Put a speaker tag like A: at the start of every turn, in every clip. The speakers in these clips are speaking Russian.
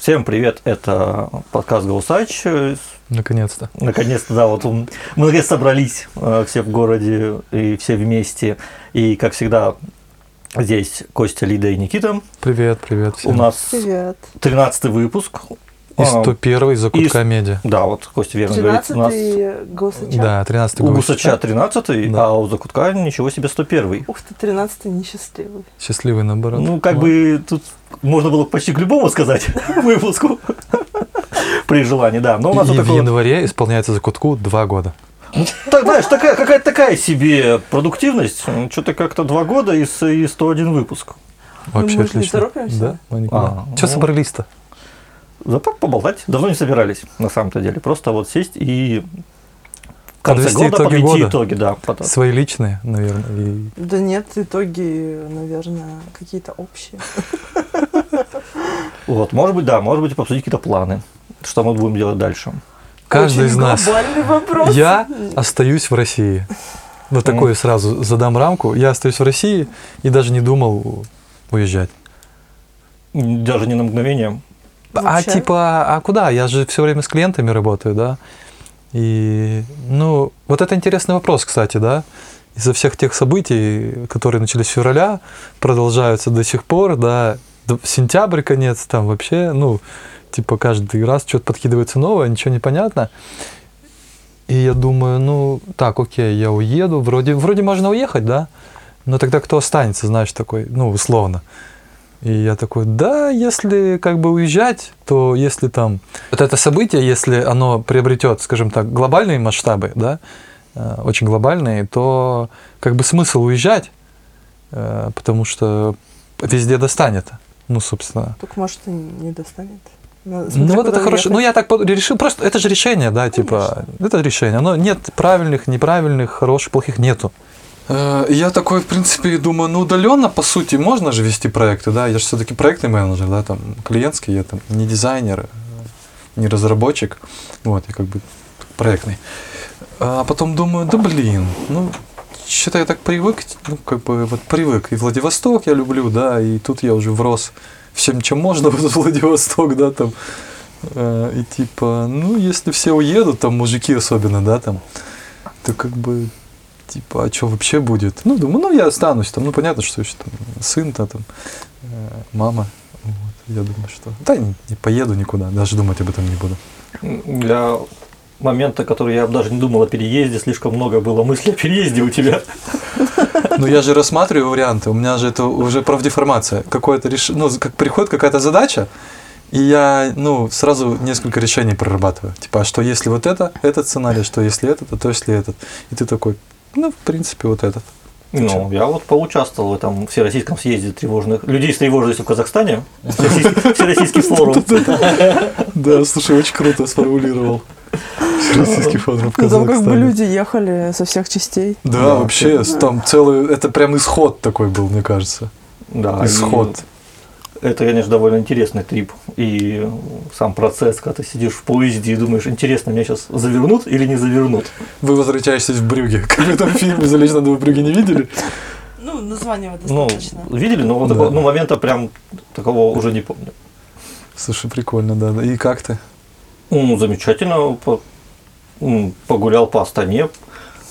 A: Всем привет, это подкаст Голосач.
B: Наконец-то.
A: Наконец-то, да, вот он- мы наконец собрались э, все в городе и все вместе. И, как всегда, здесь Костя, Лида и Никита.
B: Привет, привет всем.
A: У нас
C: Привет.
A: 13 выпуск.
B: И
A: А,
B: 101 за
A: и с-
B: кутка меди.
A: Да, вот Костя верно говорит. У нас
C: 13-й Госача.
B: Да, 13
A: у
B: год.
A: Гусача 13,
B: Да.
A: а у Закутка ничего себе 101.
C: Ух ты, 13-й несчастливый.
B: Счастливый наоборот.
A: Ну, как
B: Вот.
A: бы тут можно было почти к любому сказать выпуску. При желании, да. Но у нас
B: И
A: вот
B: в
A: такой вот-
B: январе исполняется за кутку 2 года.
A: Ну, Так, знаешь, такая, какая-то такая себе продуктивность. Что-то как-то два года и, с- и 101 выпуск.
B: Вообще
C: мы же не
B: отлично.
C: торопимся.
B: Да, мы никуда.
A: А,
B: Чё
A: ну.
B: собрались-то?
A: Да так поболтать. Давно не собирались, на самом-то деле. Просто вот сесть и в конце
B: Подвести
A: года
B: итоги
A: подвести
B: года.
A: итоги, да. потом.
B: Свои личные, наверное.
C: Да нет, итоги, наверное, какие-то общие.
A: Вот, может быть, да, может быть, обсудить какие-то планы. Что мы будем делать дальше.
B: Каждый
C: Очень
B: из нас.
C: глобальный вопрос.
B: Я остаюсь в России. Вот такую сразу задам рамку. Я остаюсь в России и даже не думал уезжать.
A: М, Даже не на мгновение.
B: А
C: Вообще.
B: типа, а куда? Я же все время с клиентами работаю, да? И, ну, вот это интересный вопрос, кстати, да? Из-за всех тех событий, которые начались с февраля, продолжаются до сих пор, да, до- сентябрь конец, там вообще, ну, типа каждый раз что-то подкидывается новое, ничего не понятно. И я думаю, ну, так, окей, я уеду, вроде, вроде можно уехать, да? Но тогда кто останется, знаешь, такой, ну, условно. И я такой, да, если как бы уезжать, то если там вот это событие, если оно приобретет, скажем так, глобальные масштабы, да, э, очень глобальные, то как бы смысл уезжать, э, потому что везде достанет. Ну, собственно.
C: Только, может, и не достанет. Ну,
B: Ну
C: смотря
B: вот это
C: куда
B: хорошо.
C: ехать.
B: Ну я так под- решил, просто это же решение, да, типа, это решение. Оно нет правильных, неправильных, хороших, плохих нету. Э, Я такой, в принципе, и думаю, ну удаленно, по сути, можно же вести проекты, да, я же все-таки проектный менеджер, да, там, клиентский, я там не дизайнер, э, не разработчик, вот, я как бы проектный. А потом думаю, да блин, ну, что-то я так привык, ну, как бы, вот привык, и Владивосток я люблю, да, и тут я уже врос всем, чем можно в Владивосток, да, там, Э, И типа, ну, если все уедут, там мужики особенно, да, там, то как бы, типа, а что вообще будет? Ну, думаю, ну, я останусь там, ну, понятно, что еще там сын-то там, э, мама. Вот, я думаю, что... Да, не, не поеду никуда, даже думать об этом не буду.
A: М, Для момента, который я даже не думал о переезде, слишком много было мыслей о переезде у тебя.
B: Но Ну, я же рассматриваю варианты, у меня же это уже профдеформация. Какое-то реш... ну, как приходит какая-то задача, и я, ну, сразу несколько решений прорабатываю. Типа, а что если вот это, этот сценарий, что если этот, а то если этот. И ты такой, ну, в принципе, вот этот.
A: Ну, я вот поучаствовал в этом всероссийском съезде тревожных людей с тревожностью в Казахстане. Всероссийский всероссийский форум.
B: Да, слушай, очень круто сформулировал. Российский форум в
C: Ну, там как бы
B: Казахстане.
C: люди ехали со всех частей.
B: Да, вообще, там целый, это прям исход такой был, мне кажется.
A: Да, и
B: Исход.
A: Это, конечно, довольно интересный трип. И сам процесс, когда ты сидишь в поезде и думаешь, интересно, меня сейчас завернут или не завернут.
B: Вы возвращаетесь в Брюге. Как в этом фильме «Залечь надо в Брюге» не видели?
C: Ну, название вот
A: Ну, видели, но вот
B: Да.
A: такого- ну, момента прям такого уже не помню.
B: Слушай, прикольно, да. да. И как ты?
A: Ну, замечательно. по- м, Погулял по Астане,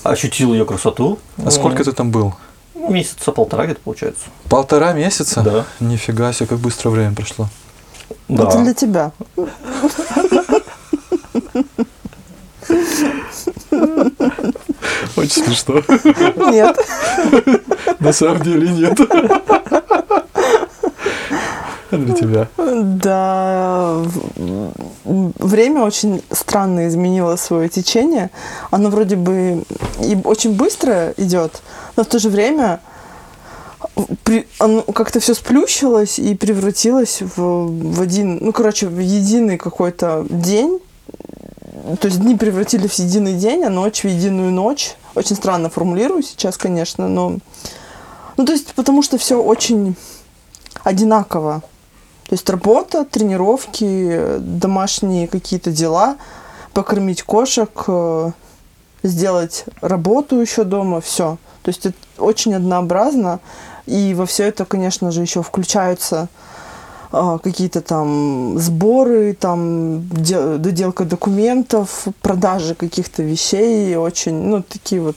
A: ощутил ее красоту.
B: А сколько ты там был?
A: Ну, Месяца полтора где-то получается.
B: Полтора месяца? Ну,
A: Да.
B: Нифига себе, как быстро время прошло.
C: Это для тебя.
B: Очень смешно.
C: Нет.
B: На самом деле нет. Для тебя.
C: Да, в- м, время очень странно изменило свое течение. Оно вроде бы и очень быстро идет, но в то же время при- оно как-то все сплющилось и превратилось в, в один, ну, короче, в единый какой-то день. То есть дни превратились в единый день, а ночь в единую ночь. Очень странно формулирую сейчас, конечно, но... Ну, то есть, потому что все очень одинаково. То есть работа, тренировки, э, домашние какие-то дела, покормить кошек, э, сделать работу еще дома, все. То есть это очень однообразно. И во все это, конечно же, еще включаются а, какие-то там сборы, там де- доделка документов, продажи каких-то вещей, очень, ну, такие вот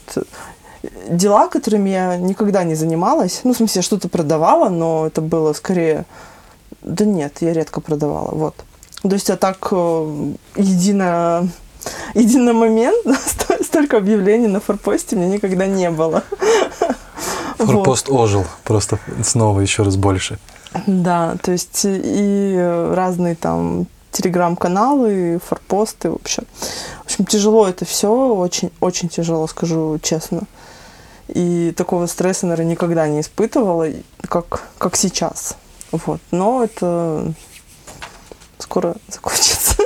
C: дела, которыми я никогда не занималась. Ну, в смысле, я что-то продавала, но это было скорее... Да нет, я редко продавала, вот. То есть я так э, едино... Единомомент, столько объявлений на форпосте мне никогда не было.
B: Форпост ожил просто снова еще раз больше.
C: Да, то есть и разные там телеграм-каналы, форпосты, в общем. В общем, тяжело это все, очень, очень тяжело, скажу честно. И такого стресса, наверное, никогда не испытывала, как, как сейчас. Вот. Но это скоро закончится.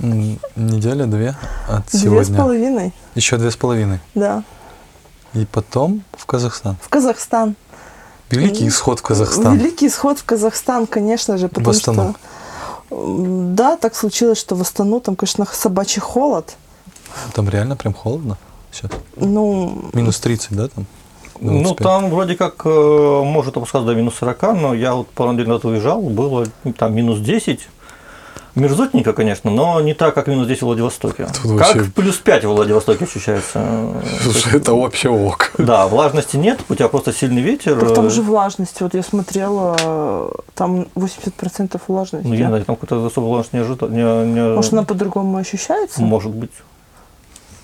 B: Неделя две от
C: две
B: сегодня.
C: Две с половиной.
B: Еще две с половиной.
C: Да.
B: И потом в Казахстан.
C: В Казахстан. Э,
B: Великий исход в Казахстан.
C: Великий исход в Казахстан, конечно же, потому
B: в Астану.
C: что да, так случилось, что в Астану там, конечно, собачий холод.
B: Там реально прям холодно. Сейчас.
C: Ну,
B: Минус 30, да, там?
A: Ну,
B: 25?
A: там вроде как э, может опускаться до минус 40, но я вот пару недель назад уезжал, было ну, там минус 10. Мерзотненько, конечно, но не так, как минус 10 в Владивостоке.
B: Тут
A: как
B: вообще-
A: плюс 5 в Владивостоке ощущается.
B: Слушай, это вообще ок.
A: Да, влажности нет, у тебя просто сильный ветер.
C: так
A: э,
C: там же влажность. Вот я смотрела, э, там 80% влажности.
A: Ну, я не знаю, там какой-то особо влажность не ожидал. не-
B: э,
A: не-
C: Может, она по-другому ощущается?
A: Может быть.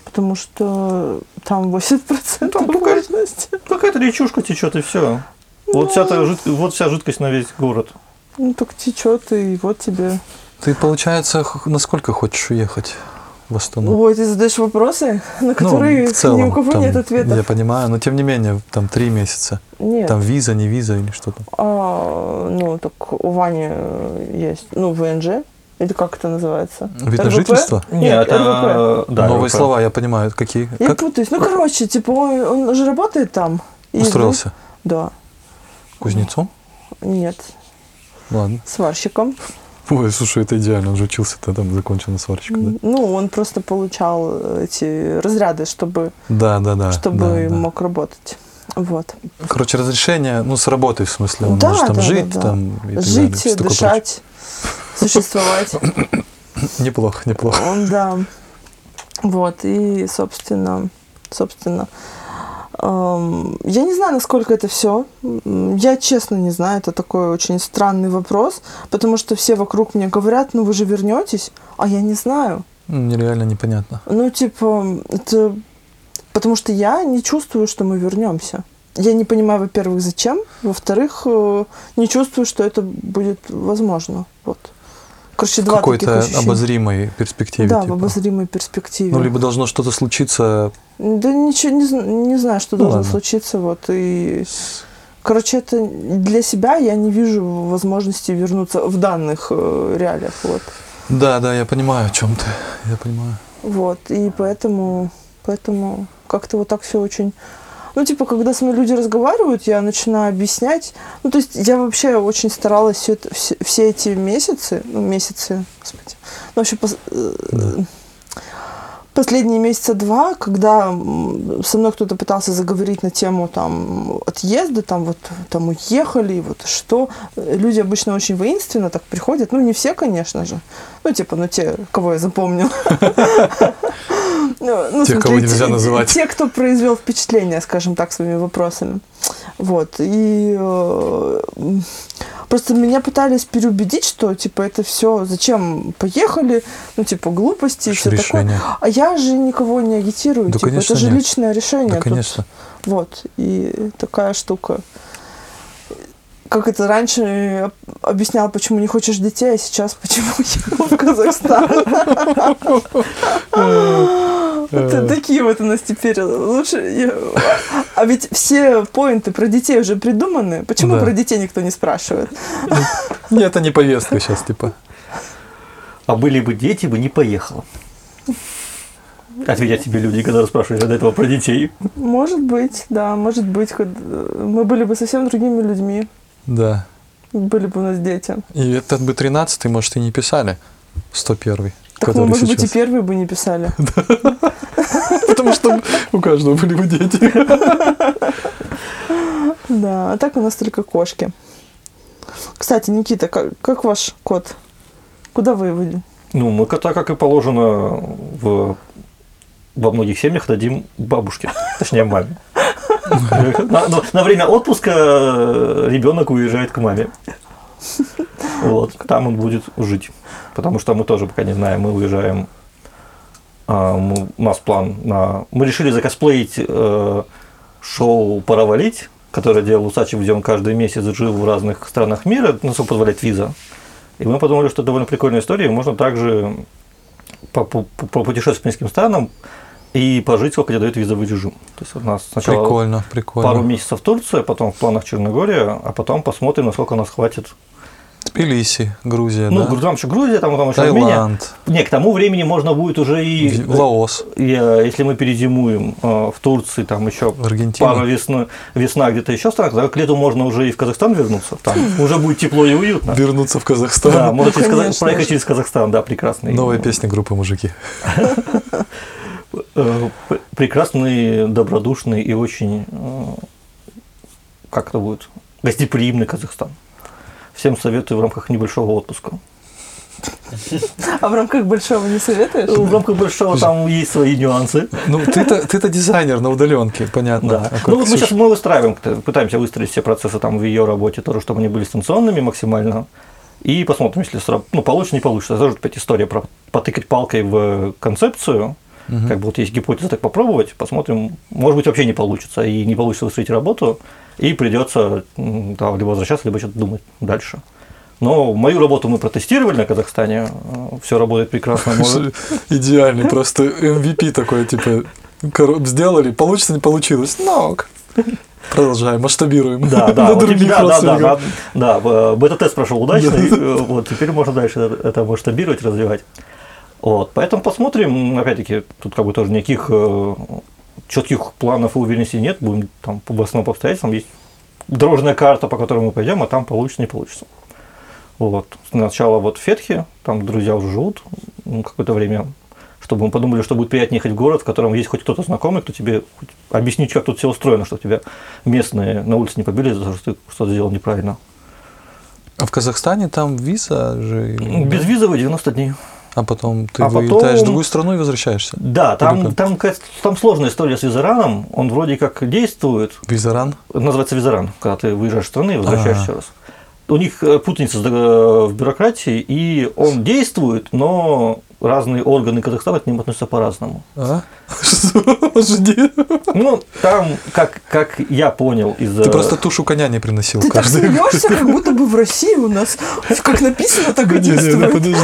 C: Потому что там 80%
B: Ну,
A: Там какая-
C: влажности.
A: Какая-то речушка течет и все. Вот, вся та жид- вот вся жидкость на весь город.
C: Ну, так течет, и вот тебе.
B: Ты, получается, х- насколько хочешь уехать в Астану?
C: Ой, ты задаешь вопросы, на которые
B: Ну. в целом,
C: ни у кого
B: там,
C: нет ответа.
B: Я понимаю, но тем не менее, там три месяца.
C: Нет.
B: Там виза, не виза или что там.
C: А, ну, так у Вани э, есть, ну, ВНЖ, или как это называется?
B: Вид на
C: РВП?
B: жительство?
C: Нет, РВП.
A: это... э, да,
B: Новые
A: РВП.
B: слова, я понимаю. Какие?
C: Я
B: Как
C: путаюсь. Ну, короче, типа, он, он же работает там. И
B: устроился?
C: вдруг- Да.
B: Кузнецом?
C: Нет.
B: Ладно.
C: Сварщиком.
B: Ой, слушай, это идеально. Он же учился-то там, закончил на сварщика, да?
C: Ну, он просто получал э, эти разряды, чтобы,
B: Да, да, да.
C: чтобы
B: А, да, да.
C: мог работать. Вот.
B: Короче, разрешение, ну, с работой, в смысле, он
C: Да,
B: может там
C: да, да,
B: жить,
C: да.
B: там и так далее,
C: Жить,
B: всё такое
C: дышать, существовать.
B: прочее. Неплохо, неплохо.
C: Он, да. Вот, и, собственно, собственно, эм, я не знаю, насколько это все. Я честно не знаю, это такой очень странный вопрос, потому что все вокруг мне говорят, ну вы же вернетесь, а я не знаю.
B: Мне реально Ну, непонятно.
C: Ну, типа, это... Потому что я не чувствую, что мы вернемся. Я не понимаю, во-первых, зачем. Во-вторых, э, не чувствую, что это будет возможно. Вот. Короче,
B: В
C: два таких
B: какой-то
C: ощущения.
B: обозримой перспективе.
C: Да, в
B: типа.
C: обозримой перспективе.
B: Ну, либо должно что-то случиться
C: Да ничего не, зн- не знаю, что
B: Ну,
C: должно
B: ладно.
C: случиться. Вот и.
B: с-
C: Короче, это для себя я не вижу возможности вернуться в данных э, реалиях. Вот.
B: Да, да, я понимаю, о чем ты. Я понимаю.
C: Вот. И поэтому. Поэтому как-то вот так все очень. Ну, типа, когда со мной люди разговаривают, я начинаю объяснять. Ну, то есть я вообще очень старалась все, это, все, все эти месяцы, ну, месяцы, господи, ну, вообще пос- э,
B: Да.
C: последние месяца два, когда м, со мной кто-то пытался заговорить на тему там отъезда, там вот там уехали, и вот что, э, люди обычно очень воинственно так приходят, ну не все, конечно же, ну типа, ну те, кого я запомнил. Ну, ну,
B: Тех,
C: смотри,
B: кого нельзя
C: те-
B: называть.
C: Те, кто произвел впечатление, скажем так, своими вопросами. Вот. И э, м, Просто меня пытались переубедить, что типа это все, зачем поехали, ну типа глупости и все такое.
B: решение.
C: А я же никого не агитирую,
B: Да,
C: типа,
B: конечно,
C: это же
B: нет.
C: личное решение.
B: Да,
C: тут
B: конечно.
C: вот, и такая штука. Как это раньше объяснял, почему не хочешь детей, а сейчас почему ехал в Казахстан.
B: Э,
C: Это такие вот у нас теперь лучше. я- А ведь все поинты про детей уже придуманы. Почему
B: Да.
C: про детей никто не спрашивает?
B: Нет, это не повестка сейчас, типа.
A: А были бы дети, бы не поехала. Ответят тебе люди, когда расспрашивают до этого про детей.
C: Может быть, да, может быть, хоть, э, мы были бы совсем другими людьми,
B: Да.
C: были бы у нас дети.
B: И этот бы 13 может, и не писали. 101
C: Так мы,
B: который
C: может быть, и
B: сейчас.
C: первые бы не писали.
B: Потому что у каждого были бы дети.
C: Да, а так у нас только кошки. Кстати, Никита, как, как ваш кот? Куда вы его
A: Ну, мы кота, как и положено в, во многих семьях, дадим бабушке, точнее маме. На, на- на время отпуска э, ребенок уезжает к маме. Вот, там он будет жить. Потому что мы тоже пока не знаем, мы уезжаем. а, мы- у нас план на... Мы решили закосплеить э, шоу «Пора валить», которое делал Усачев, где он каждый месяц жил в разных странах мира, насколько позволяет виза. И мы подумали, что это довольно прикольная история, и можно также по, по- по путешественным странам и пожить, сколько тебе дает визовый режим. То есть у нас сначала
B: Прикольно, прикольно.
A: пару месяцев Турция, потом в планах Черногория, а потом посмотрим, насколько нас хватит.
B: Тбилиси, Грузия,
A: ну,
B: да?
A: гру- там еще Грузия, там, там еще Армения.
B: Таиланд,
A: Не, к тому времени можно будет уже и,
B: В- Лаос,
A: и, э, если мы перезимуем э, в Турции, там еще
B: Аргентина.
A: пара весны, весна где-то еще в странах, тогда к лету можно уже и в Казахстан вернуться, там уже будет тепло и уютно.
B: Вернуться в Казахстан.
A: Да, можно через Казах-
C: конечно.
A: проехать через Казахстан, да, прекрасный.
B: Новая
A: э,
B: песня группы «Мужики».
A: э, пр- прекрасный, добродушный и очень, э, как это будет, гостеприимный Казахстан. Всем советую в рамках небольшого отпуска.
C: А в рамках большого не советуешь?
A: В рамках большого там есть свои нюансы.
B: Ну, ты-то, ты-то дизайнер на удаленке, понятно.
A: Да.
B: А как
A: Ну вот мы
B: Ксюша?
A: сейчас мы выстраиваем, к- пытаемся выстроить все процессы там в ее работе тоже, чтобы они были станционными максимально. И посмотрим, если сра- ну, получится, не получится. Это же опять история про потыкать палкой в концепцию.
B: Мгм.
A: Как бы вот есть гипотеза так попробовать, посмотрим. Может быть, вообще не получится, и не получится выстроить работу, и придется м, да, либо возвращаться, либо что-то думать дальше. Но мою работу мы протестировали на Казахстане, все работает прекрасно. Может,
B: Идеальный просто MVP такой, типа, коро- сделали, получится, не получилось. Нок. Продолжаем, масштабируем.
A: Да, да,
B: На
A: вот
B: других
A: теперь- да, да, да,
B: родственников.
A: да, да, э, бета-тест прошел удачно, и, э, вот теперь можно дальше это масштабировать, развивать. Вот, поэтому посмотрим, опять-таки, тут как бы тоже никаких э, четких планов и уверенности нет, будем там по основным обстоятельствам, есть дорожная карта, по которой мы пойдем, а там получится, не получится. Вот. Сначала вот в Фетхе, там друзья уже живут ну, какое-то время, чтобы мы подумали, что будет приятнее ехать в город, в котором есть хоть кто-то знакомый, кто тебе хоть объяснит, как тут все устроено, что тебя местные на улице не побили за то, что ты что-то сделал неправильно.
B: А в Казахстане там виза же? или-
A: Безвизовые 90 дней.
B: А потом ты
A: А
B: вылетаешь в
A: потом-
B: другую страну и возвращаешься.
A: Да,
B: Или как?
A: там, там, какая-то- там сложная история с визараном. Он вроде как действует,
B: Визаран?
A: Это называется визаран, когда ты выезжаешь из страны и
B: Ага.
A: возвращаешься еще раз. У них э, путаница с дог- э, в бюрократии, и он действует, но разные органы Казахстана к ним относятся по-разному.
B: А? Что? Жди.
A: Ну, там, как, как я понял из... э,
B: Ты просто тушу коня не приносил
C: Ты так
B: каждый.
C: смеешься, как будто бы в России у нас как написано, так и
B: Не, не, ну
C: действует.
B: подожди.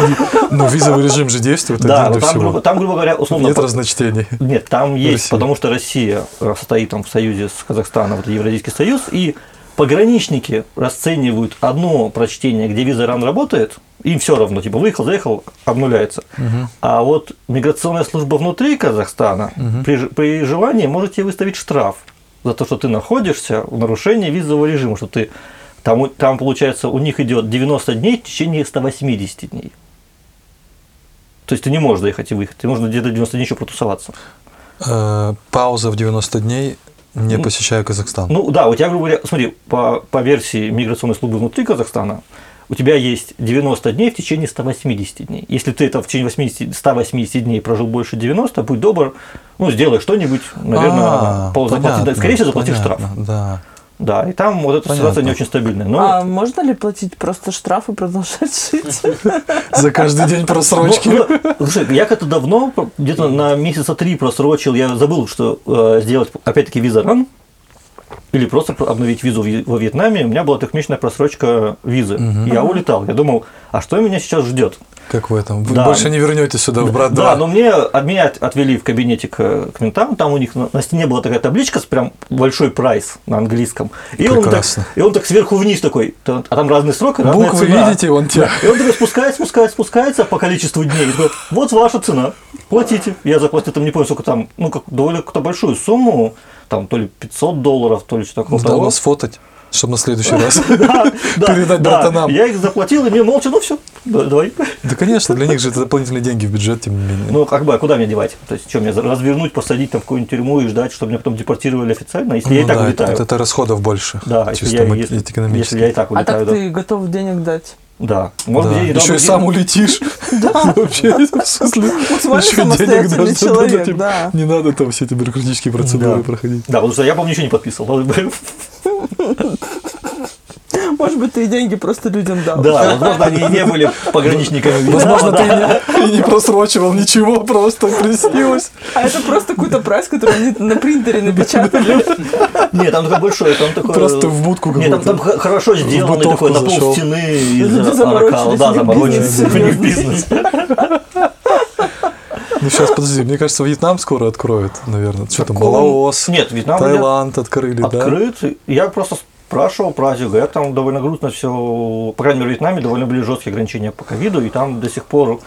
B: Ну, визовый режим же действует
A: Да, но
B: один до
A: там, ну,
B: всего.
A: грубо, там, грубо говоря, условно...
B: Нет
A: по-
B: разночтений.
A: Нет, там есть,
B: Россия.
A: потому что Россия э, состоит там в союзе с Казахстаном, вот Евразийский союз, и пограничники расценивают одно прочтение, где виза ран работает, им все равно, типа выехал, заехал, обнуляется. А вот миграционная служба внутри Казахстана при, ж- при желании можете выставить штраф за то, что ты находишься в нарушении визового режима, что ты там, у- там получается у них идет 90 дней в течение 180 дней. То есть ты не можешь заехать и выехать, ты нужно где-то 90 дней еще протусоваться.
B: Э, Пауза в 90 дней. Не посещаю Казахстан.
A: Ну да, у тебя, грубо говоря, смотри, по, по версии миграционной службы внутри Казахстана, у тебя есть 90 дней в течение 180 дней. Если ты это в течение 80, 180 дней прожил больше 90, будь добр, ну, сделай что-нибудь, наверное,
B: А,
A: пол- заплати-
B: понятно,
A: да, скорее всего, заплати
B: понятно,
A: штраф.
B: Да.
A: Да, и там вот эта ситуация
B: Понятно.
A: не очень стабильная. Но
C: А можно ли платить просто штраф и продолжать жить? А
B: За каждый день просрочки.
A: Ну, ну, слушай, я как-то давно, про- где-то на месяца три просрочил, я забыл, что э, сделать, опять-таки, виза ран, или просто про- обновить визу в Ви- во Вьетнаме. У меня была трехмесячная просрочка визы. Я улетал. Я думал, а что меня сейчас ждет?
B: Как в этом? Вы
A: Да.
B: больше не вернетесь сюда, в брат.
A: Да, ну, но мне от- меня от- отвели в кабинете к, к ментам, там у них на, на стене была такая табличка с прям большой прайс на английском. И он, так,
B: Прекрасно.
A: и он так сверху вниз такой, та- а там разные сроки, разная
B: Буквы
A: цена.
B: видите, вон те.
A: И он такой спускается, спускается, спускается по количеству дней. И говорит, вот ваша цена, платите. Я заплатил, там не помню, сколько там, ну, как довольно какую-то большую сумму, там то ли 500 долларов, то ли что-то такого.
B: Надо нас фотать, чтобы на следующий раз.
A: Да, да,
B: передать
A: да.
B: братанам.
A: Я их заплатил, и мне молча, ну все, Да- Давай.
B: Да, конечно, для них же это дополнительные деньги в бюджет, тем не менее.
A: Ну, как бы, а куда мне девать? То есть, что, мне развернуть, посадить там в какую-нибудь тюрьму и ждать, чтобы меня потом депортировали официально, если я и
B: Ну
A: так
B: да,
A: улетаю?
B: Это, это расходов больше.
A: Да, если
B: чисто
A: я,
B: мак-
A: если-
B: экономически.
A: если я и так
C: А
A: улетаю,
C: так
A: да.
C: ты готов денег дать?
A: Да. Может
B: Да.
A: быть, я не
B: Еще и
A: дам-
B: сам улетишь.
C: Да.
B: Вообще, в смысле,
C: Максимально
B: еще денег
C: самостоятельный
B: даже,
C: человек,
B: типа,
C: да.
B: Не надо там все эти бюрократические
A: Да.
B: процедуры проходить.
A: Да, потому что я, по-моему, ничего не подписывал.
C: Может быть, ты и деньги просто людям дал.
A: Да, возможно, они не были пограничниками.
B: Возможно,
A: Да,
B: ты и
A: да.
B: не- и не просрочивал ничего, просто приснилось.
C: А это просто какой-то прайс, который они на принтере напечатали.
A: Нет, там такое большое, там такое...
B: Просто в будку
A: Нет, там,
B: какую-то.
A: там х- хорошо сделано,
B: бытовку
A: такое на пол
B: зашел.
A: стены из
C: Заморочились,
A: аракала. Да,
C: не в
A: заморочились,
C: бизнес,
A: не в
C: серьезно.
A: бизнес.
B: Ну сейчас, подожди, мне кажется, Вьетнам скоро откроют, наверное. Что там,
A: Такого-
B: Малаос,
A: Нет, Вьетнам
B: Таиланд открыли, да?
A: открыт. Я просто спрашивал про Азию, говорят, там довольно грустно все, по крайней мере, в Вьетнаме довольно были жесткие ограничения по ковиду, и там до сих пор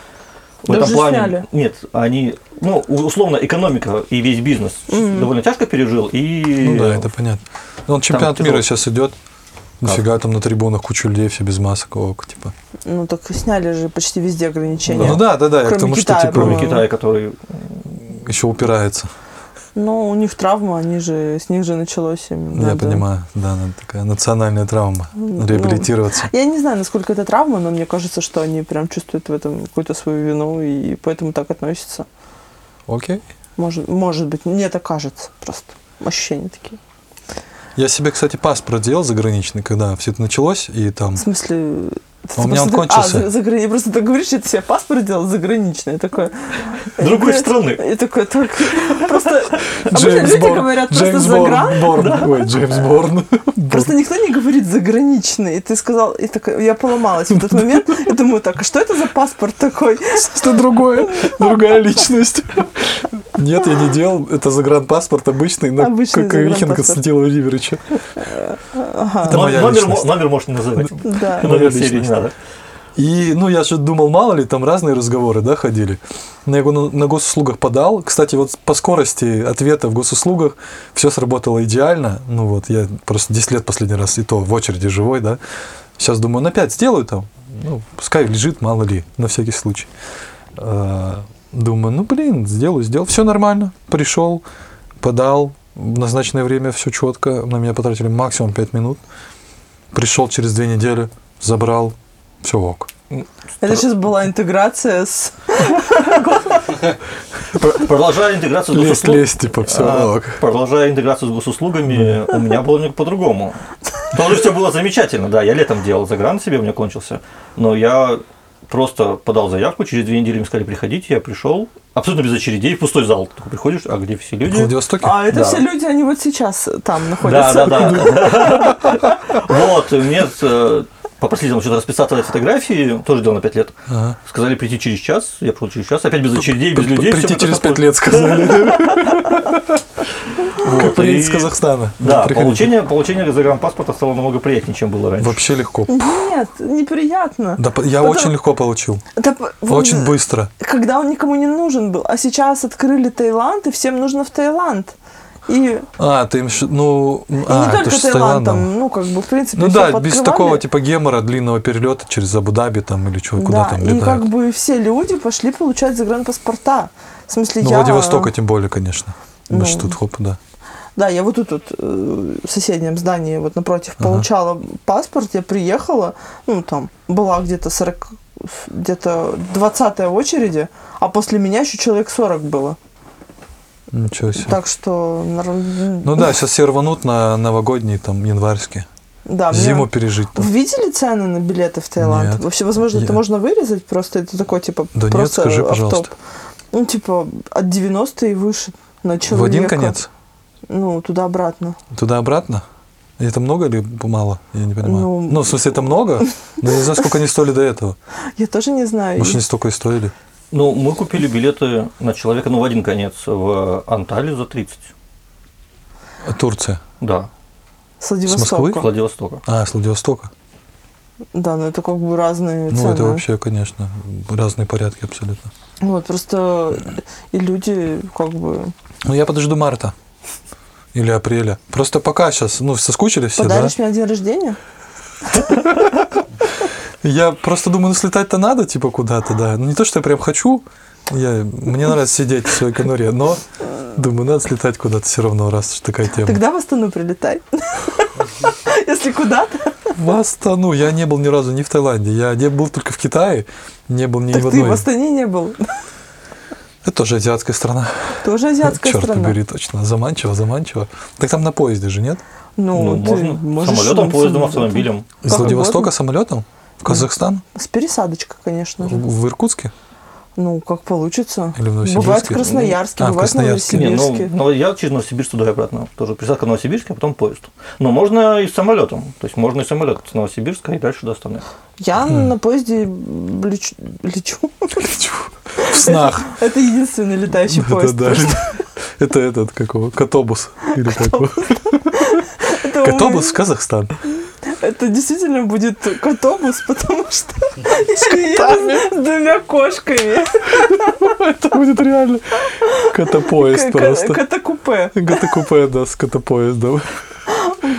A: в
C: Да
A: этом
C: уже
A: плане
C: сняли.
A: нет, они, ну, у- условно, экономика и весь бизнес довольно тяжко пережил, и
B: Ну да, это понятно. Ну, он чемпионат
A: тяжело.
B: мира сейчас идет. Нифига там на трибунах куча людей, все без масок, ок, типа.
C: Ну так сняли же почти везде ограничения.
B: Ну да, да, да, я
C: Кроме
B: к тому,
C: Китая,
B: что
A: кроме
C: по-моему.
B: типа
A: Китая, который
B: еще упирается.
C: Но Ну, у них травма, они же, с них же началось им.
B: Ну, Я
C: надо.
B: понимаю, да, Ну, она такая национальная травма. Реабилитироваться.
C: Я не знаю, насколько это травма, но мне кажется, что они прям чувствуют в этом какую-то свою вину и поэтому так относятся.
B: Окей.
C: Может, может быть, мне так кажется просто. Ощущения такие.
B: Я себе, кстати, паспорт делал заграничный, когда все это началось, и там...
C: В смысле...
B: А у меня он
C: просто так-
B: кончился.
C: А, за- заграни- Просто ты говоришь, что ты себе паспорт делал заграничный. Я такое...
A: другой
C: Э,
A: страны.
C: Я такое только... Просто... Обычно А люди
B: Борн,
C: говорят просто
B: Джеймс Борн,
C: загран.
B: Борн. Ой, Джеймс Борн.
C: Просто никто не говорит заграничный. И ты сказал, и такая, я поломалась в этот момент. Я думаю, так, а что это за паспорт такой?
B: Что другое, другая личность. Нет, я не делал. Это загранпаспорт обычный, но
C: Обычный
B: как и Вихин
C: загранпаспорт.
B: Константина Владимировича.
C: Ага,
A: А.
B: Это моя
A: номер,
B: личность.
A: мо- номер можно не называть.
C: да.
A: Номер
B: Моя
A: серии не
B: личность.
A: надо.
B: И, ну, я же думал, мало ли, там разные разговоры, да, ходили. Но я его на, на госуслугах подал. Кстати, вот по скорости ответа в госуслугах все сработало идеально. Ну, вот я просто 10 лет последний раз и то в очереди живой, да. Сейчас думаю, на 5 сделаю там. Ну, пускай лежит, мало ли, на всякий случай. А, Думаю, ну, блин, сделаю, сделал. Все нормально. Пришел, подал. В назначенное время все четко. На меня потратили максимум 5 минут. Пришел через две недели, забрал, все ок.
C: Это сейчас была интеграция с...
A: Пр- Продолжая интеграцию с
B: Лезть,
A: госуслуг-
B: лезть, типа, все
A: А,
B: ок.
A: Продолжая интеграцию с госуслугами, у меня было немного по-другому. Потому что все было замечательно, да, я летом делал загран себе, у меня кончился, но я просто подал заявку, через две недели мне сказали, приходите, я пришел, абсолютно без очередей, в пустой зал, Такой приходишь, а где все
B: В
A: люди?
B: Владивостоке?
C: А, это
A: Да.
C: все люди, они вот сейчас там
A: Да,
C: находятся.
A: да, да. Вот, мне э, попросили там что-то расписаться, дать фотографии, тоже делал на 5 лет.
B: Ага.
A: Сказали прийти через час, я пришел через час, опять без очередей, без
B: П-
A: людей. всё
B: Прийти
A: как
B: через
A: это
B: пять лет, сказали. Как приедет из
A: и-
B: Казахстана.
C: Ну,
A: Да,
B: Приходите.
A: получение, получение загранпаспорта стало намного приятнее, чем было раньше.
B: Вообще легко.
C: Нет, неприятно.
B: Да, по- я
C: Потом-
B: очень легко получил.
C: Да п- вот
B: Очень быстро.
C: Когда он никому не нужен был. А сейчас открыли Таиланд, и всем нужно в Таиланд. И,
B: А, ты им... ш- Ну,
C: и
B: а,
C: не
B: это
C: только
B: ж с
C: Таиланд,
B: Таиландом.
C: там, ну, как бы, в принципе,
B: Ну
C: всё
B: да, без
C: пооткрывали.
B: такого типа гемора, длинного перелета через Абу-Даби там или чего, куда
C: да,
B: там
C: и как
B: летают.
C: бы все люди пошли получать загранпаспорта. В смысле,
B: Ну,
C: я...
B: Владивостока тем более, конечно. Мы ж
C: Ну.
B: тут, хоп, да.
C: Да, я вот тут вот, э, в соседнем здании вот напротив получала паспорт, я приехала, ну там была где-то 40, где-то 20 очереди, а после меня еще человек 40 было.
B: Ничего себе.
C: Так что норм-
B: Ну да, сейчас все рванут на новогодние, там, январские.
C: да, А мне-
B: Зиму пережить там.
C: Вы видели цены на билеты в Таиланд?
B: Нет.
C: Вообще, возможно, это
B: Я-
C: можно вырезать, просто это такой, типа,
B: Да нет,
C: просто
B: скажи,
C: автоп.
B: пожалуйста.
C: Ну, типа, от 90 и выше на человека.
B: В один конец?
C: Ну, туда-обратно.
B: Туда-обратно? И Это много или мало? Я не понимаю.
C: Ну,
B: Ну, в смысле, это много? Но я не знаю, сколько они стоили до этого.
C: Я тоже не знаю.
B: Может, не столько и стоили.
A: Ну, мы купили билеты на человека, ну, в один конец, в Анталию за 30.
B: А Турция.
A: Да,
C: С Владивостока.
B: Москвы?
A: с Владивостока.
B: А, с Владивостока.
C: Да, но это как бы разные
B: Ну,
C: цены. Ну,
B: это вообще, конечно, разные порядки абсолютно.
C: Вот, просто и люди как бы...
B: Ну, я подожду марта. Или апреля. Просто пока сейчас, ну, соскучились все, да?
C: Подаришь мне на день рождения?
B: Я просто думаю, ну слетать-то надо, типа, куда-то, да. Ну, не то, что я прям хочу, я, мне нравится сидеть в своей конуре, но думаю, надо слетать куда-то все равно, раз уж такая тема.
C: Тогда в Астану прилетай. Если куда-то.
B: В Астану ну, я не был ни разу ни в Таиланде. Я не был только в Китае, не был ни
C: Так
B: в
C: ты в
B: одной.
C: Астане не был.
B: Это тоже азиатская страна.
C: Тоже азиатская
B: Черт
C: страна.
B: побери, точно. Заманчиво, заманчиво. Так там на поезде же, нет?
A: Ну,
C: Ну, ты
A: можно.
C: можешь...
A: Самолетом,
C: ну,
A: поездом,
C: самолетом.
A: автомобилем.
B: Из
C: Как
B: Владивостока
C: угодно.
B: самолетом? В Казахстан?
C: С пересадочкой, конечно же.
B: В Иркутске?
C: Ну, как получится.
B: Или в
C: Бывает в
B: Новосибирске?
C: Красноярске,
B: А, в
C: бывает в
B: Красноярске.
A: Не, ну,
C: Новосибирске.
A: ну, я через Новосибирск туда и обратно. Тоже пересадка в Новосибирске, а потом поезд. Но можно и с самолетом. То есть можно и самолет с Новосибирска и дальше до Астаны.
C: Я
B: Хм.
C: на поезде лечу. лечу.
B: В снах.
C: Это единственный летающий
B: Это
C: поезд.
B: да. Это этот, какого? Котобус. Или какого?
C: Это у меня-
B: Котобус в Казахстан.
C: Это действительно будет котобус, потому что я с двумя кошками.
B: Это будет реально котопоезд
C: Ко- ко-
B: просто.
C: Котокупе.
B: Котокупе, да, с котопоездом.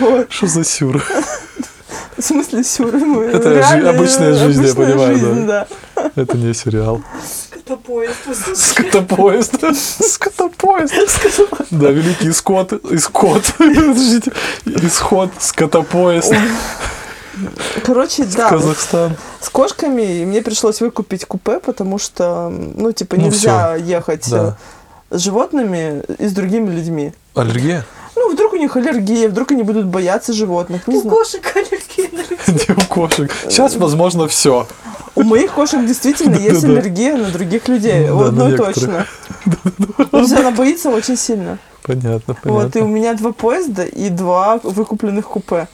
C: Вот.
B: Что за сюр?
C: В смысле, сюр. ну,
B: Это жи-
C: реальная-
B: обычная жизнь, я
C: обычная
B: понимаю,
C: жизнь, да.
B: Это не сериал.
D: Котопоезд.
B: Скотопоезд. Скотопоезд. Да, великий скот. Исход. Подождите. Исход. Скотопоезд.
C: Короче, да, вот
B: Казахстан.
C: с кошками мне пришлось выкупить купе, потому что, ну, типа,
B: Ну,
C: нельзя ехать
B: Да.
C: э, с животными и с другими людьми.
B: Аллергия?
C: Ну, вдруг у них аллергия, вдруг они будут бояться животных. Не
D: У
C: знаю.
D: кошек аллергия.
B: Не у кошек. Сейчас, возможно, все.
C: У моих кошек действительно есть
B: Да-да-да.
C: аллергия на других людей.
B: Да,
C: У
B: на
C: одной точно.
B: некоторых.
C: То есть она боится очень сильно.
B: Понятно,
C: Вот, и у
B: понятно.
C: меня два поезда и два выкупленных купе.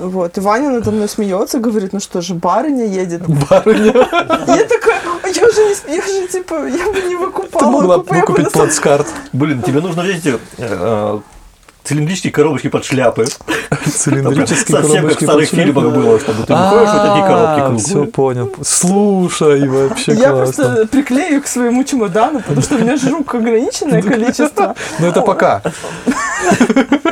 C: Вот, и Ваня надо мной смеется, говорит, ну что же, барыня едет.
B: Барыня,
C: И я такая, «А я же не, с- я же, типа, я бы
B: ты
C: не выкупала
B: могла
C: купе, я бы на
B: выкупить
C: самом-
B: плацкарт.
A: Блин, тебе нужно взять эти э, э, цилиндрические коробочки под шляпы.
B: Цилиндрический
A: Совсем как в
B: коробочки. А,
A: старых фильмах было, чтобы ты выходишь, вот такие коробки
B: Все
A: круглые.
B: понял. Слушай, вообще
C: Я
B: классно.
C: просто приклею к своему чемодану, потому что у меня же рук ограниченное количество.
B: Но Ну, это пока.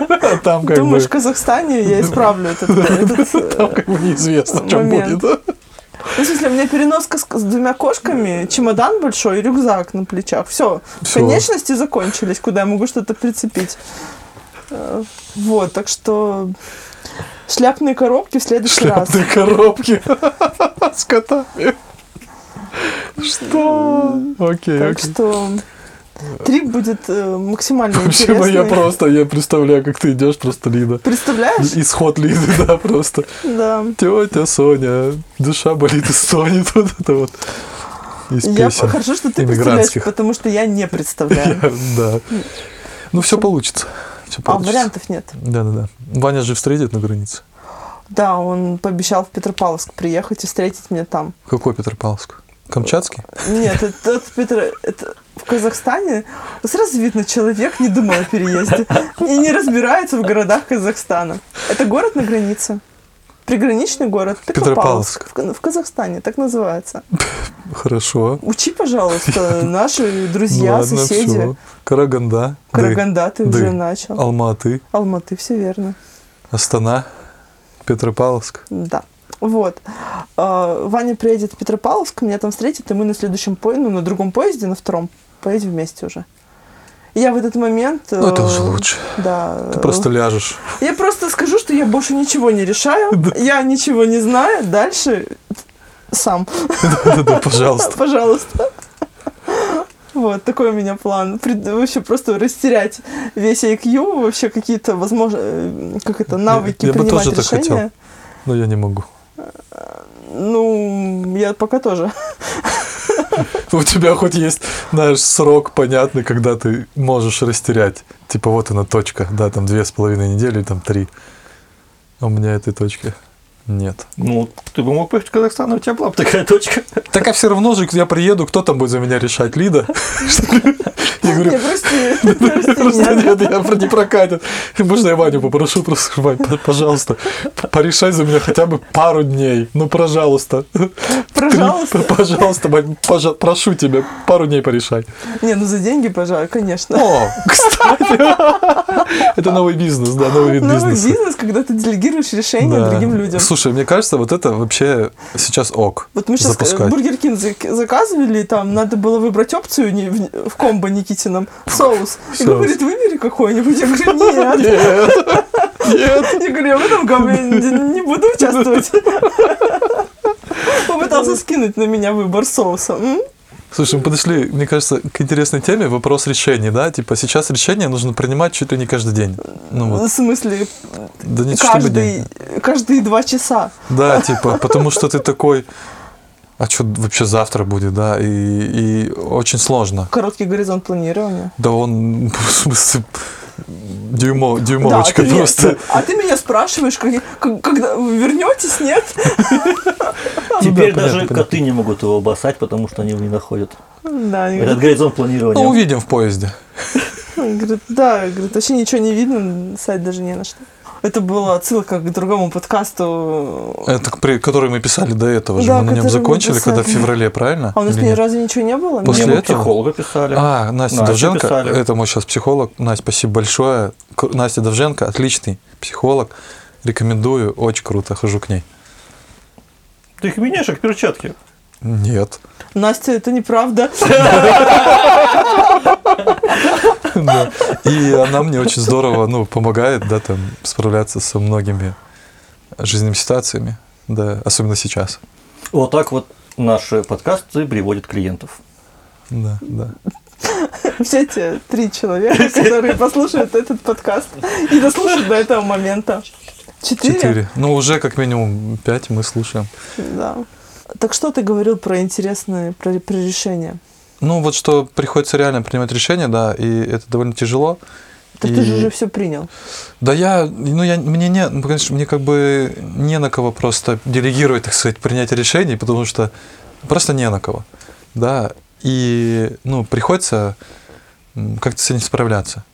B: А Там как бы
C: Думаешь, в Казахстане я исправлю этот... этот, э,
B: там как бы неизвестно, что
C: момент.
B: будет.
C: Ну, в смысле, у меня переноска с, с двумя кошками, чемодан большой и рюкзак на плечах. Все,
B: Всё.
C: конечности закончились, куда я могу что-то прицепить. Э, Вот, так что шляпные коробки в следующий раз.
B: Шляпные коробки с котами. Что? Окей,
C: Так
B: окей.
C: что трип будет э, максимально
B: Вообще, ну я
C: интересный.
B: просто, я представляю, как ты идешь просто, Лида.
C: Представляешь?
B: Исход Лиды, да, просто.
C: Да.
B: Тетя Соня, душа болит и стонет. Вот это вот. Из
C: Я
B: песен.
C: хорошо, что ты
B: иммигрантских.
C: представляешь, потому что я не представляю.
B: Я- Да. Ну, все получится. Все
C: А
B: получится.
C: вариантов нет.
B: Да, да, да. Ваня же встретит на границе.
C: Да, он пообещал в Петропавловск приехать и встретить меня там.
B: Какой Петропавловск? Камчатский?
C: Нет, это, это, Петр, это в Казахстане сразу видно, человек не думал о переезде и не разбирается в городах Казахстана. Это город на границе. Приграничный город Петропавловск. В, Ка- в Казахстане, так называется.
B: Хорошо. Ну
C: Учи, пожалуйста, наши друзья,
B: Ладно,
C: соседи.
B: всё. Караганда. Ды.
C: Караганда ты
B: Ды.
C: уже начал.
B: Алматы.
C: Алматы, все верно.
B: Астана. Петропавловск.
C: Да. Вот. А, Ваня приедет в Петропавловск, меня там встретит, и мы на следующем поезде, ну, на другом поезде, на втором, поедем вместе уже. И Я в этот момент...
B: Ну, это
C: э,
B: уже лучше.
C: Да. э,
B: Ты просто ляжешь.
C: Я просто скажу, что я больше ничего не решаю, я ничего не знаю, дальше сам,
B: Да-да-да, пожалуйста.
C: пожалуйста. Вот, такой у меня план. Прид- Вообще просто растерять весь IQ, вообще какие-то, возможно, э, как это, навыки
B: я бы
C: принимать
B: тоже так
C: решения.
B: хотел. Но я не могу.
C: Ну, я пока тоже.
B: У тебя хоть есть, знаешь, срок понятный, когда ты можешь растерять. Типа вот она точка, да, там две с половиной недели, там три. А у меня этой точки нет.
A: Ну, ты бы мог поехать в Казахстан, и у тебя была бы такая точка.
B: Так а все равно же я приеду, кто там будет за меня решать, Лида? Я
C: Не,
B: говорю,
C: прости,
B: просто
C: прости меня.
B: нет, я про- не прокатит. И Можно я Ваню попрошу, просто, Вань, п- пожалуйста, п- порешай за меня хотя бы пару дней. Ну, пожалуйста.
C: Пожалуйста.
B: Три- Пожалуйста, Вань, пожа- прошу тебя, пару дней порешай.
C: Не, ну за деньги, пожалуй, конечно.
B: О, кстати. Это новый бизнес, да, новый вид
C: Новый
B: бизнеса.
C: бизнес, Ну, когда ты делегируешь решения
B: Да.
C: другим людям.
B: Слушай, мне кажется, вот это вообще сейчас ок.
C: Вот мы э, сейчас
B: запускать.
C: Бургер Кинг зак- заказывали, там надо было выбрать опцию не в, в комбо Никитином соус. И
B: Соус.
C: говорит, выбери какой-нибудь. Я говорю, нет.
B: Нет, нет.
C: Я говорю, я в этом говне не не буду участвовать. Попытался скинуть на меня выбор соуса. М?
B: Слушай, мы подошли, мне кажется, к интересной теме вопрос решений, да? Типа сейчас решение нужно принимать чуть ли не каждый день. Ну
C: В
B: вот,
C: смысле,
B: да не чтобы день.
C: каждый, каждые два часа.
B: Да, типа, потому что ты такой, а что вообще завтра будет, да? И, и очень сложно.
C: Короткий горизонт планирования.
B: Да он, в смысле, дюймо, дюймовочка
C: а ты меня-
B: просто. Ну,
C: а ты меня спрашиваешь, как- как- когда вы вернетесь, нет?
A: Теперь
B: Ну да,
A: даже
B: понятно,
A: коты не могут его обоссать, потому что они его не находят.
C: Да, они
A: Этот горизонт
B: Ну,
A: планирования.
B: увидим в поезде.
C: Говорит, да, говорит, вообще ничего не видно, сайт даже не на что. Это была отсылка к другому подкасту.
B: Это, к при- который мы писали до этого же.
C: Да,
B: мы на нем
C: который мы
B: закончили, когда в
C: писали.
B: феврале, правильно?
C: А у нас
B: Или
C: ни
B: нет?
C: разу ничего не было?
B: После
A: Мне бы
B: этого?
A: психолога писали.
B: А, Настя
A: Настя
B: Довженко,
A: писали.
B: это мой сейчас психолог. Настя, спасибо большое. Кру- Настя Довженко, отличный психолог. Рекомендую, очень круто, хожу к ней.
A: Ты их меняешь, как перчатки.
B: Нет.
C: Настя, это неправда.
B: Да. И она мне очень здорово ну, помогает, да, там, справляться со многими жизненными ситуациями, да, особенно сейчас.
A: Вот так вот наши подкасты приводят клиентов.
B: Да, да.
C: Все те три человека, которые послушают этот подкаст и дослушают до этого момента. Четыре?
B: Четыре. Ну, уже как минимум пять мы слушаем.
C: Да. Так что ты говорил про интересные, про, про решения?
B: Ну, вот что приходится реально принимать решения, да, и это довольно тяжело.
C: Так
B: И-
C: ты же уже все принял.
B: Да я, ну я, мне не, ну, конечно, мне как бы не на кого просто делегировать, так сказать, принятие решений, потому что просто не на кого, да, и, ну, приходится м, как-то с этим справляться.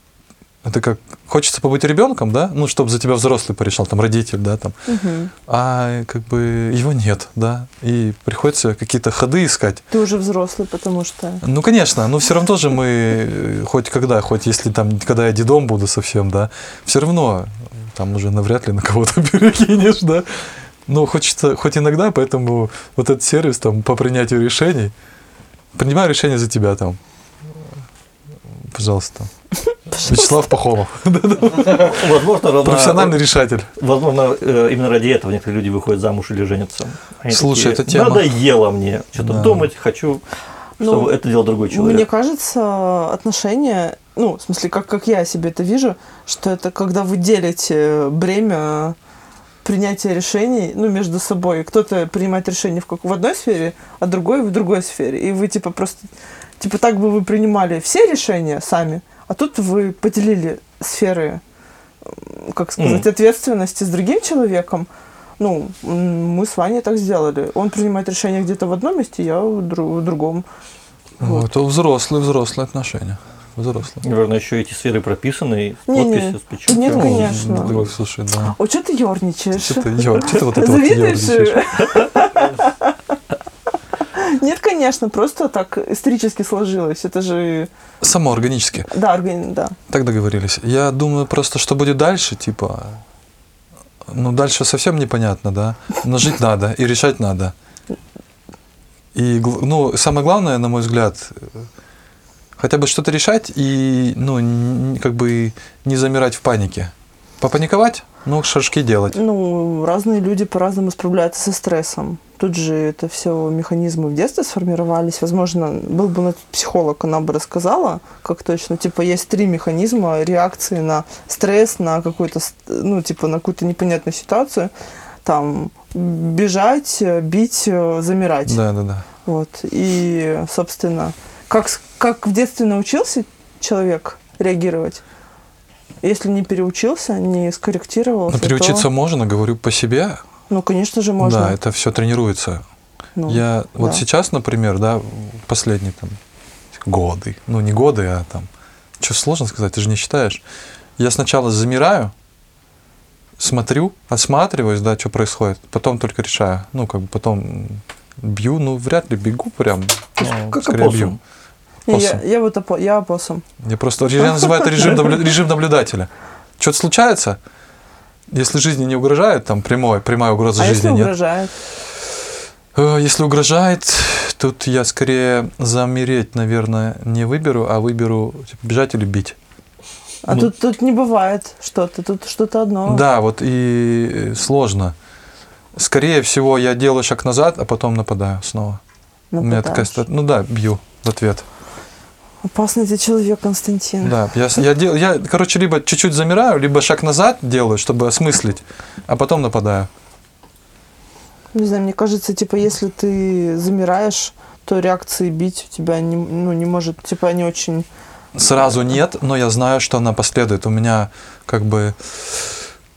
B: Это как, хочется побыть ребенком, да, ну, чтобы за тебя взрослый порешал, там, родитель, да, там,
C: Мгм.
B: а как бы его нет, да, и приходится какие-то ходы искать,
C: Ты уже взрослый, потому что...
B: ну, конечно, но все равно же мы, э, хоть когда, хоть если там, когда я дедом буду совсем, да, все равно там уже навряд ли на кого-то перекинешь, да. Но хочется, хоть иногда, поэтому вот этот сервис там по принятию решений, принимаю решение за тебя там. Пожалуйста. Вячеслав Пахомов.
A: Возможно, ровно-
B: Профессиональный решатель.
A: Возможно, э, именно ради этого некоторые люди выходят замуж или женятся. Они
B: Слушай,
A: такие,
B: эта тема-
A: Надоело мне что-то
B: Да.
A: думать, хочу,
C: Ну,
A: чтобы это делал другой
C: Мне
A: человек.
C: кажется, отношения, ну, в смысле, как, как я себе это вижу, что это когда вы делите бремя принятия решений, ну, между собой. Кто-то принимает решение в, как, в одной сфере, а другой в другой сфере. И вы, типа, просто... Типа, так бы вы принимали все решения сами, а тут вы поделили сферы, м, как сказать,
A: Мгм.
C: ответственности с другим человеком. Ну, м, мы с Ваней так сделали. Он принимает решение где-то в одном месте, я в, дру- в другом.
B: Ну, Это взрослые, взрослые отношения. Взрослые.
A: Наверное, еще эти сферы прописаны, и
C: Не-не.
A: подписи с печатью.
C: Нет,
B: Ну,
C: конечно.
B: да, Слушай, да.
C: О, что ты ерничаешь?
B: Что ты, ё- чё ты вот это вот ёрзаешь?
C: Завидуешь? Нет, конечно, просто так исторически сложилось. Это же,
B: Само органически.
C: да, органи- да.
B: Так договорились. Я думаю просто, что будет дальше, типа... Ну, дальше совсем непонятно, да? Но жить надо и решать надо. И, гл- ну, самое главное, на мой взгляд, э, хотя бы что-то решать и, ну, н- как бы не замирать в панике. Попаниковать, ну, шажки делать.
C: Ну, разные люди по-разному справляются со стрессом. Тут же это все механизмы в детстве сформировались. Возможно, был бы у нас психолог, она бы рассказала, как точно. Типа, есть три механизма реакции на стресс, на какую-то, с- ну, типа, на какую-то непонятную ситуацию. Там, бежать, э, бить, э, замирать.
B: Да, да, да.
C: Вот. И, собственно, как, с- как в детстве научился человек реагировать, если не переучился, не скорректировался,
B: Но Ну, переучиться
C: то-
B: можно, говорю по себе.
C: ну, конечно же, можно.
B: Да, это все тренируется.
C: Ну,
B: Я
C: да.
B: вот сейчас, например, да, последние там годы, ну не годы, а там, что сложно сказать, ты же не считаешь. Я сначала замираю, смотрю, осматриваюсь, да, что происходит, потом только решаю. Ну, как бы потом бью, ну, вряд ли бегу прям, ну,
A: как
B: скорее
A: опоссум.
B: бью.
C: Не,
B: Опоссум.
C: я, я вот опо- я опоссум.
B: Я просто я называю это режим, наблю- режим наблюдателя. Что-то случается, Если жизни не угрожает, там прямой, прямая угроза
C: А
B: жизни
C: если
B: нет.
C: угрожает?
B: Э, Если угрожает, тут я скорее замереть, наверное, не выберу, а выберу типа, бежать или бить.
C: А
A: Ну.
C: тут, тут не бывает что-то, тут что-то одно.
B: Да, вот и э, сложно. Скорее всего, я делаю шаг назад, а потом нападаю снова. У меня
C: Нападаешь.
B: такая стат- Ну да, бью в ответ.
C: Опасный ты человек, Константин.
B: Да, я, с- я, дел- я, короче, либо чуть-чуть замираю, либо шаг назад делаю, чтобы осмыслить, а потом нападаю.
C: Не знаю, мне кажется, типа, если ты замираешь, то реакции бить у тебя не, ну, не может, типа, они очень...
B: Сразу нет, но я знаю, что она последует. У меня как бы,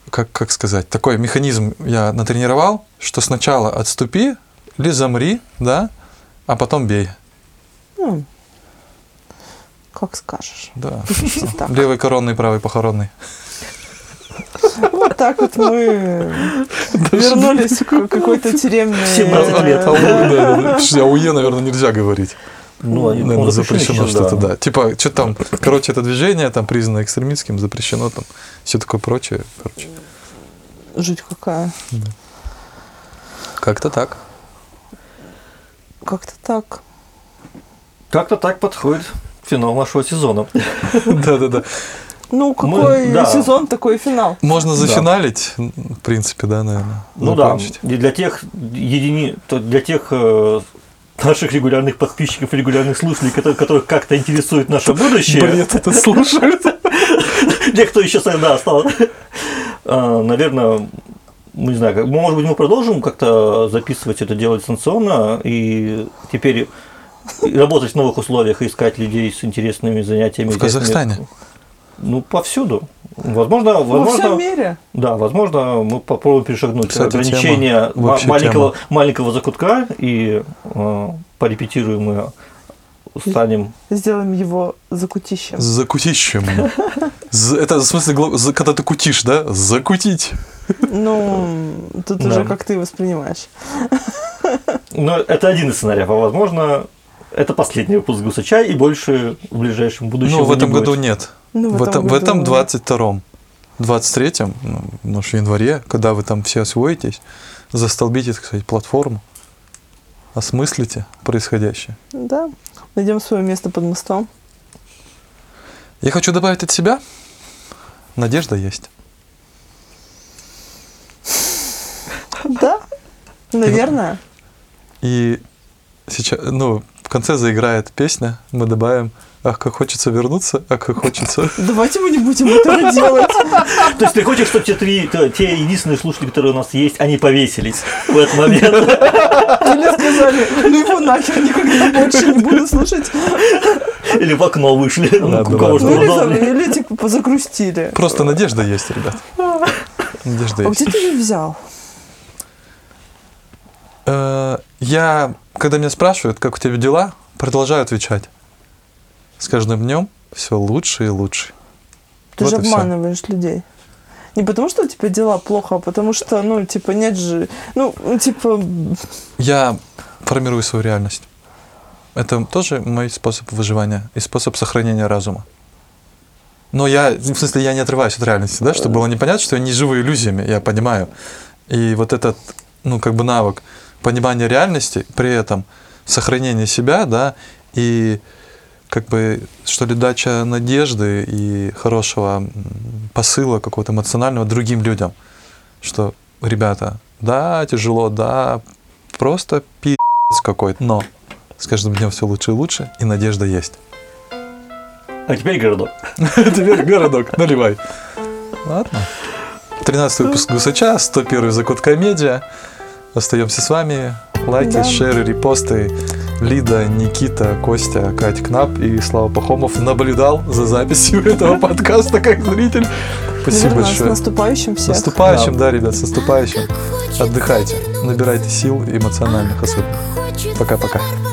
B: как, как сказать, такой механизм я натренировал, что сначала отступи или замри, да, а потом бей.
C: ну, как скажешь.
B: Да.
C: Пишите так.
B: Левый коронный, правый похоронный.
C: Вот так вот мы вернулись к какой-то тюремной...
A: Всем развалит.
C: э,
B: Ауе, а наверное, нельзя говорить.
A: Ну, они,
B: Наверное,
A: по-моему,
B: запрещено
A: запрещены сейчас,
B: что-то, да. Типа, что там, короче, это движение там признано экстремистским, запрещено там, все такое прочее, короче.
C: Жуть какая.
B: Как-то так.
C: Как-то так.
A: Как-то так подходит финал нашего сезона.
B: Да-да-да.
C: Ну,
A: Мы-
C: какой
A: да.
C: сезон, такой и финал.
B: Можно
A: Да.
B: зафиналить, в принципе, да, наверное.
A: Ну да,
B: закончить.
A: и для тех едини, то- для тех э, наших регулярных подписчиков и регулярных слушателей, которые- которых как-то интересует наше будущее.
B: Бред это слушают.
A: Те, кто еще да, остался. А, Наверное, ну, не знаю, как- может быть, мы продолжим как-то записывать это дело дистанционно и теперь и работать в новых условиях, и искать людей с интересными занятиями.
B: В
A: интересными-
B: Казахстане? Ну,
A: Ну, повсюду. Возможно,
C: Ну, Во всем
A: возможно,
C: мире.
A: да, возможно, мы попробуем перешагнуть
B: Кстати,
A: ограничения
B: тема. Вообще
A: ма- маленького, маленького закутка и э, порепетируем и станем
C: Сделаем его закутищем.
B: За кутищем. З- Это в смысле, гла- за- когда ты кутишь, да? Закутить.
C: Ну, тут
A: Да.
C: уже как ты воспринимаешь.
A: Но Ну, это один из сценариев, а возможно, это последний выпуск «Гуса чай» и больше в ближайшем будущем.
B: Ну, в
A: его не
B: этом
A: будет.
B: году нет.
C: Ну,
B: В этом, в
C: году-
B: этом 22-м, 23-м, ну, потому что в январе, когда вы там все освоитесь, застолбите, так сказать, платформу, осмыслите происходящее.
C: Да. Найдем свое место под мостом.
B: Я хочу добавить от себя. Надежда есть.
C: Да. Наверное.
B: И сейчас, ну, в конце заиграет песня, мы добавим «Ах, как хочется вернуться, ах, как хочется...»
C: Давайте мы не будем этого делать.
A: То есть ты хочешь, чтобы те три, те те единственные слушатели, которые у нас есть, они повесились в этот момент?
C: Или сказали, ну его нахер никогда больше не буду слушать.
A: Или в окно вышли? Ну,
B: Ладно,
A: у кого
B: ладно.
A: что
C: Ну, или, за-
A: удобнее.
C: или типа позагрустили.
B: Просто надежда есть, ребят. Надежда
C: А
B: есть.
C: где ты ее взял?
B: Э, Я, когда меня спрашивают, как у тебя дела, продолжаю отвечать. С каждым днем все лучше и лучше.
C: Ты
B: Вот
C: же
B: и всё.
C: обманываешь людей. Не потому, что у тебя дела плохо, а потому что, ну, типа, нет же... Ну, типа,
B: Я формирую свою реальность. Это тоже мой способ выживания и способ сохранения разума. Но я, в смысле, я не отрываюсь от реальности, да, чтобы было непонятно, что я не живу иллюзиями, я понимаю. И вот этот, ну, как бы навык понимания реальности, при этом сохранение себя, да, и как бы, что ли, дача надежды и хорошего м, посыла какого-то эмоционального другим людям, что, ребята, да, тяжело, да, просто пи***ц какой-то, но с каждым днем все лучше и лучше, и надежда есть.
A: А теперь городок.
B: Теперь городок, наливай. Ладно. 13 выпуск Гусача, 101 закутка медиа. Остаемся с вами. Лайки,
C: Да.
B: шеры, репосты. Лида, Никита, Костя, Кать Кнап и Слава Пахомов наблюдал за записью этого подкаста как зритель. Спасибо
C: наверное, с
B: большое. С
C: наступающим всех.
B: наступающим, да, ребят, с наступающим.
E: Отдыхайте,
B: Отдыхайте, набирайте сил эмоциональных особенно.
E: особенно.
B: Пока-пока.
E: Пока-пока.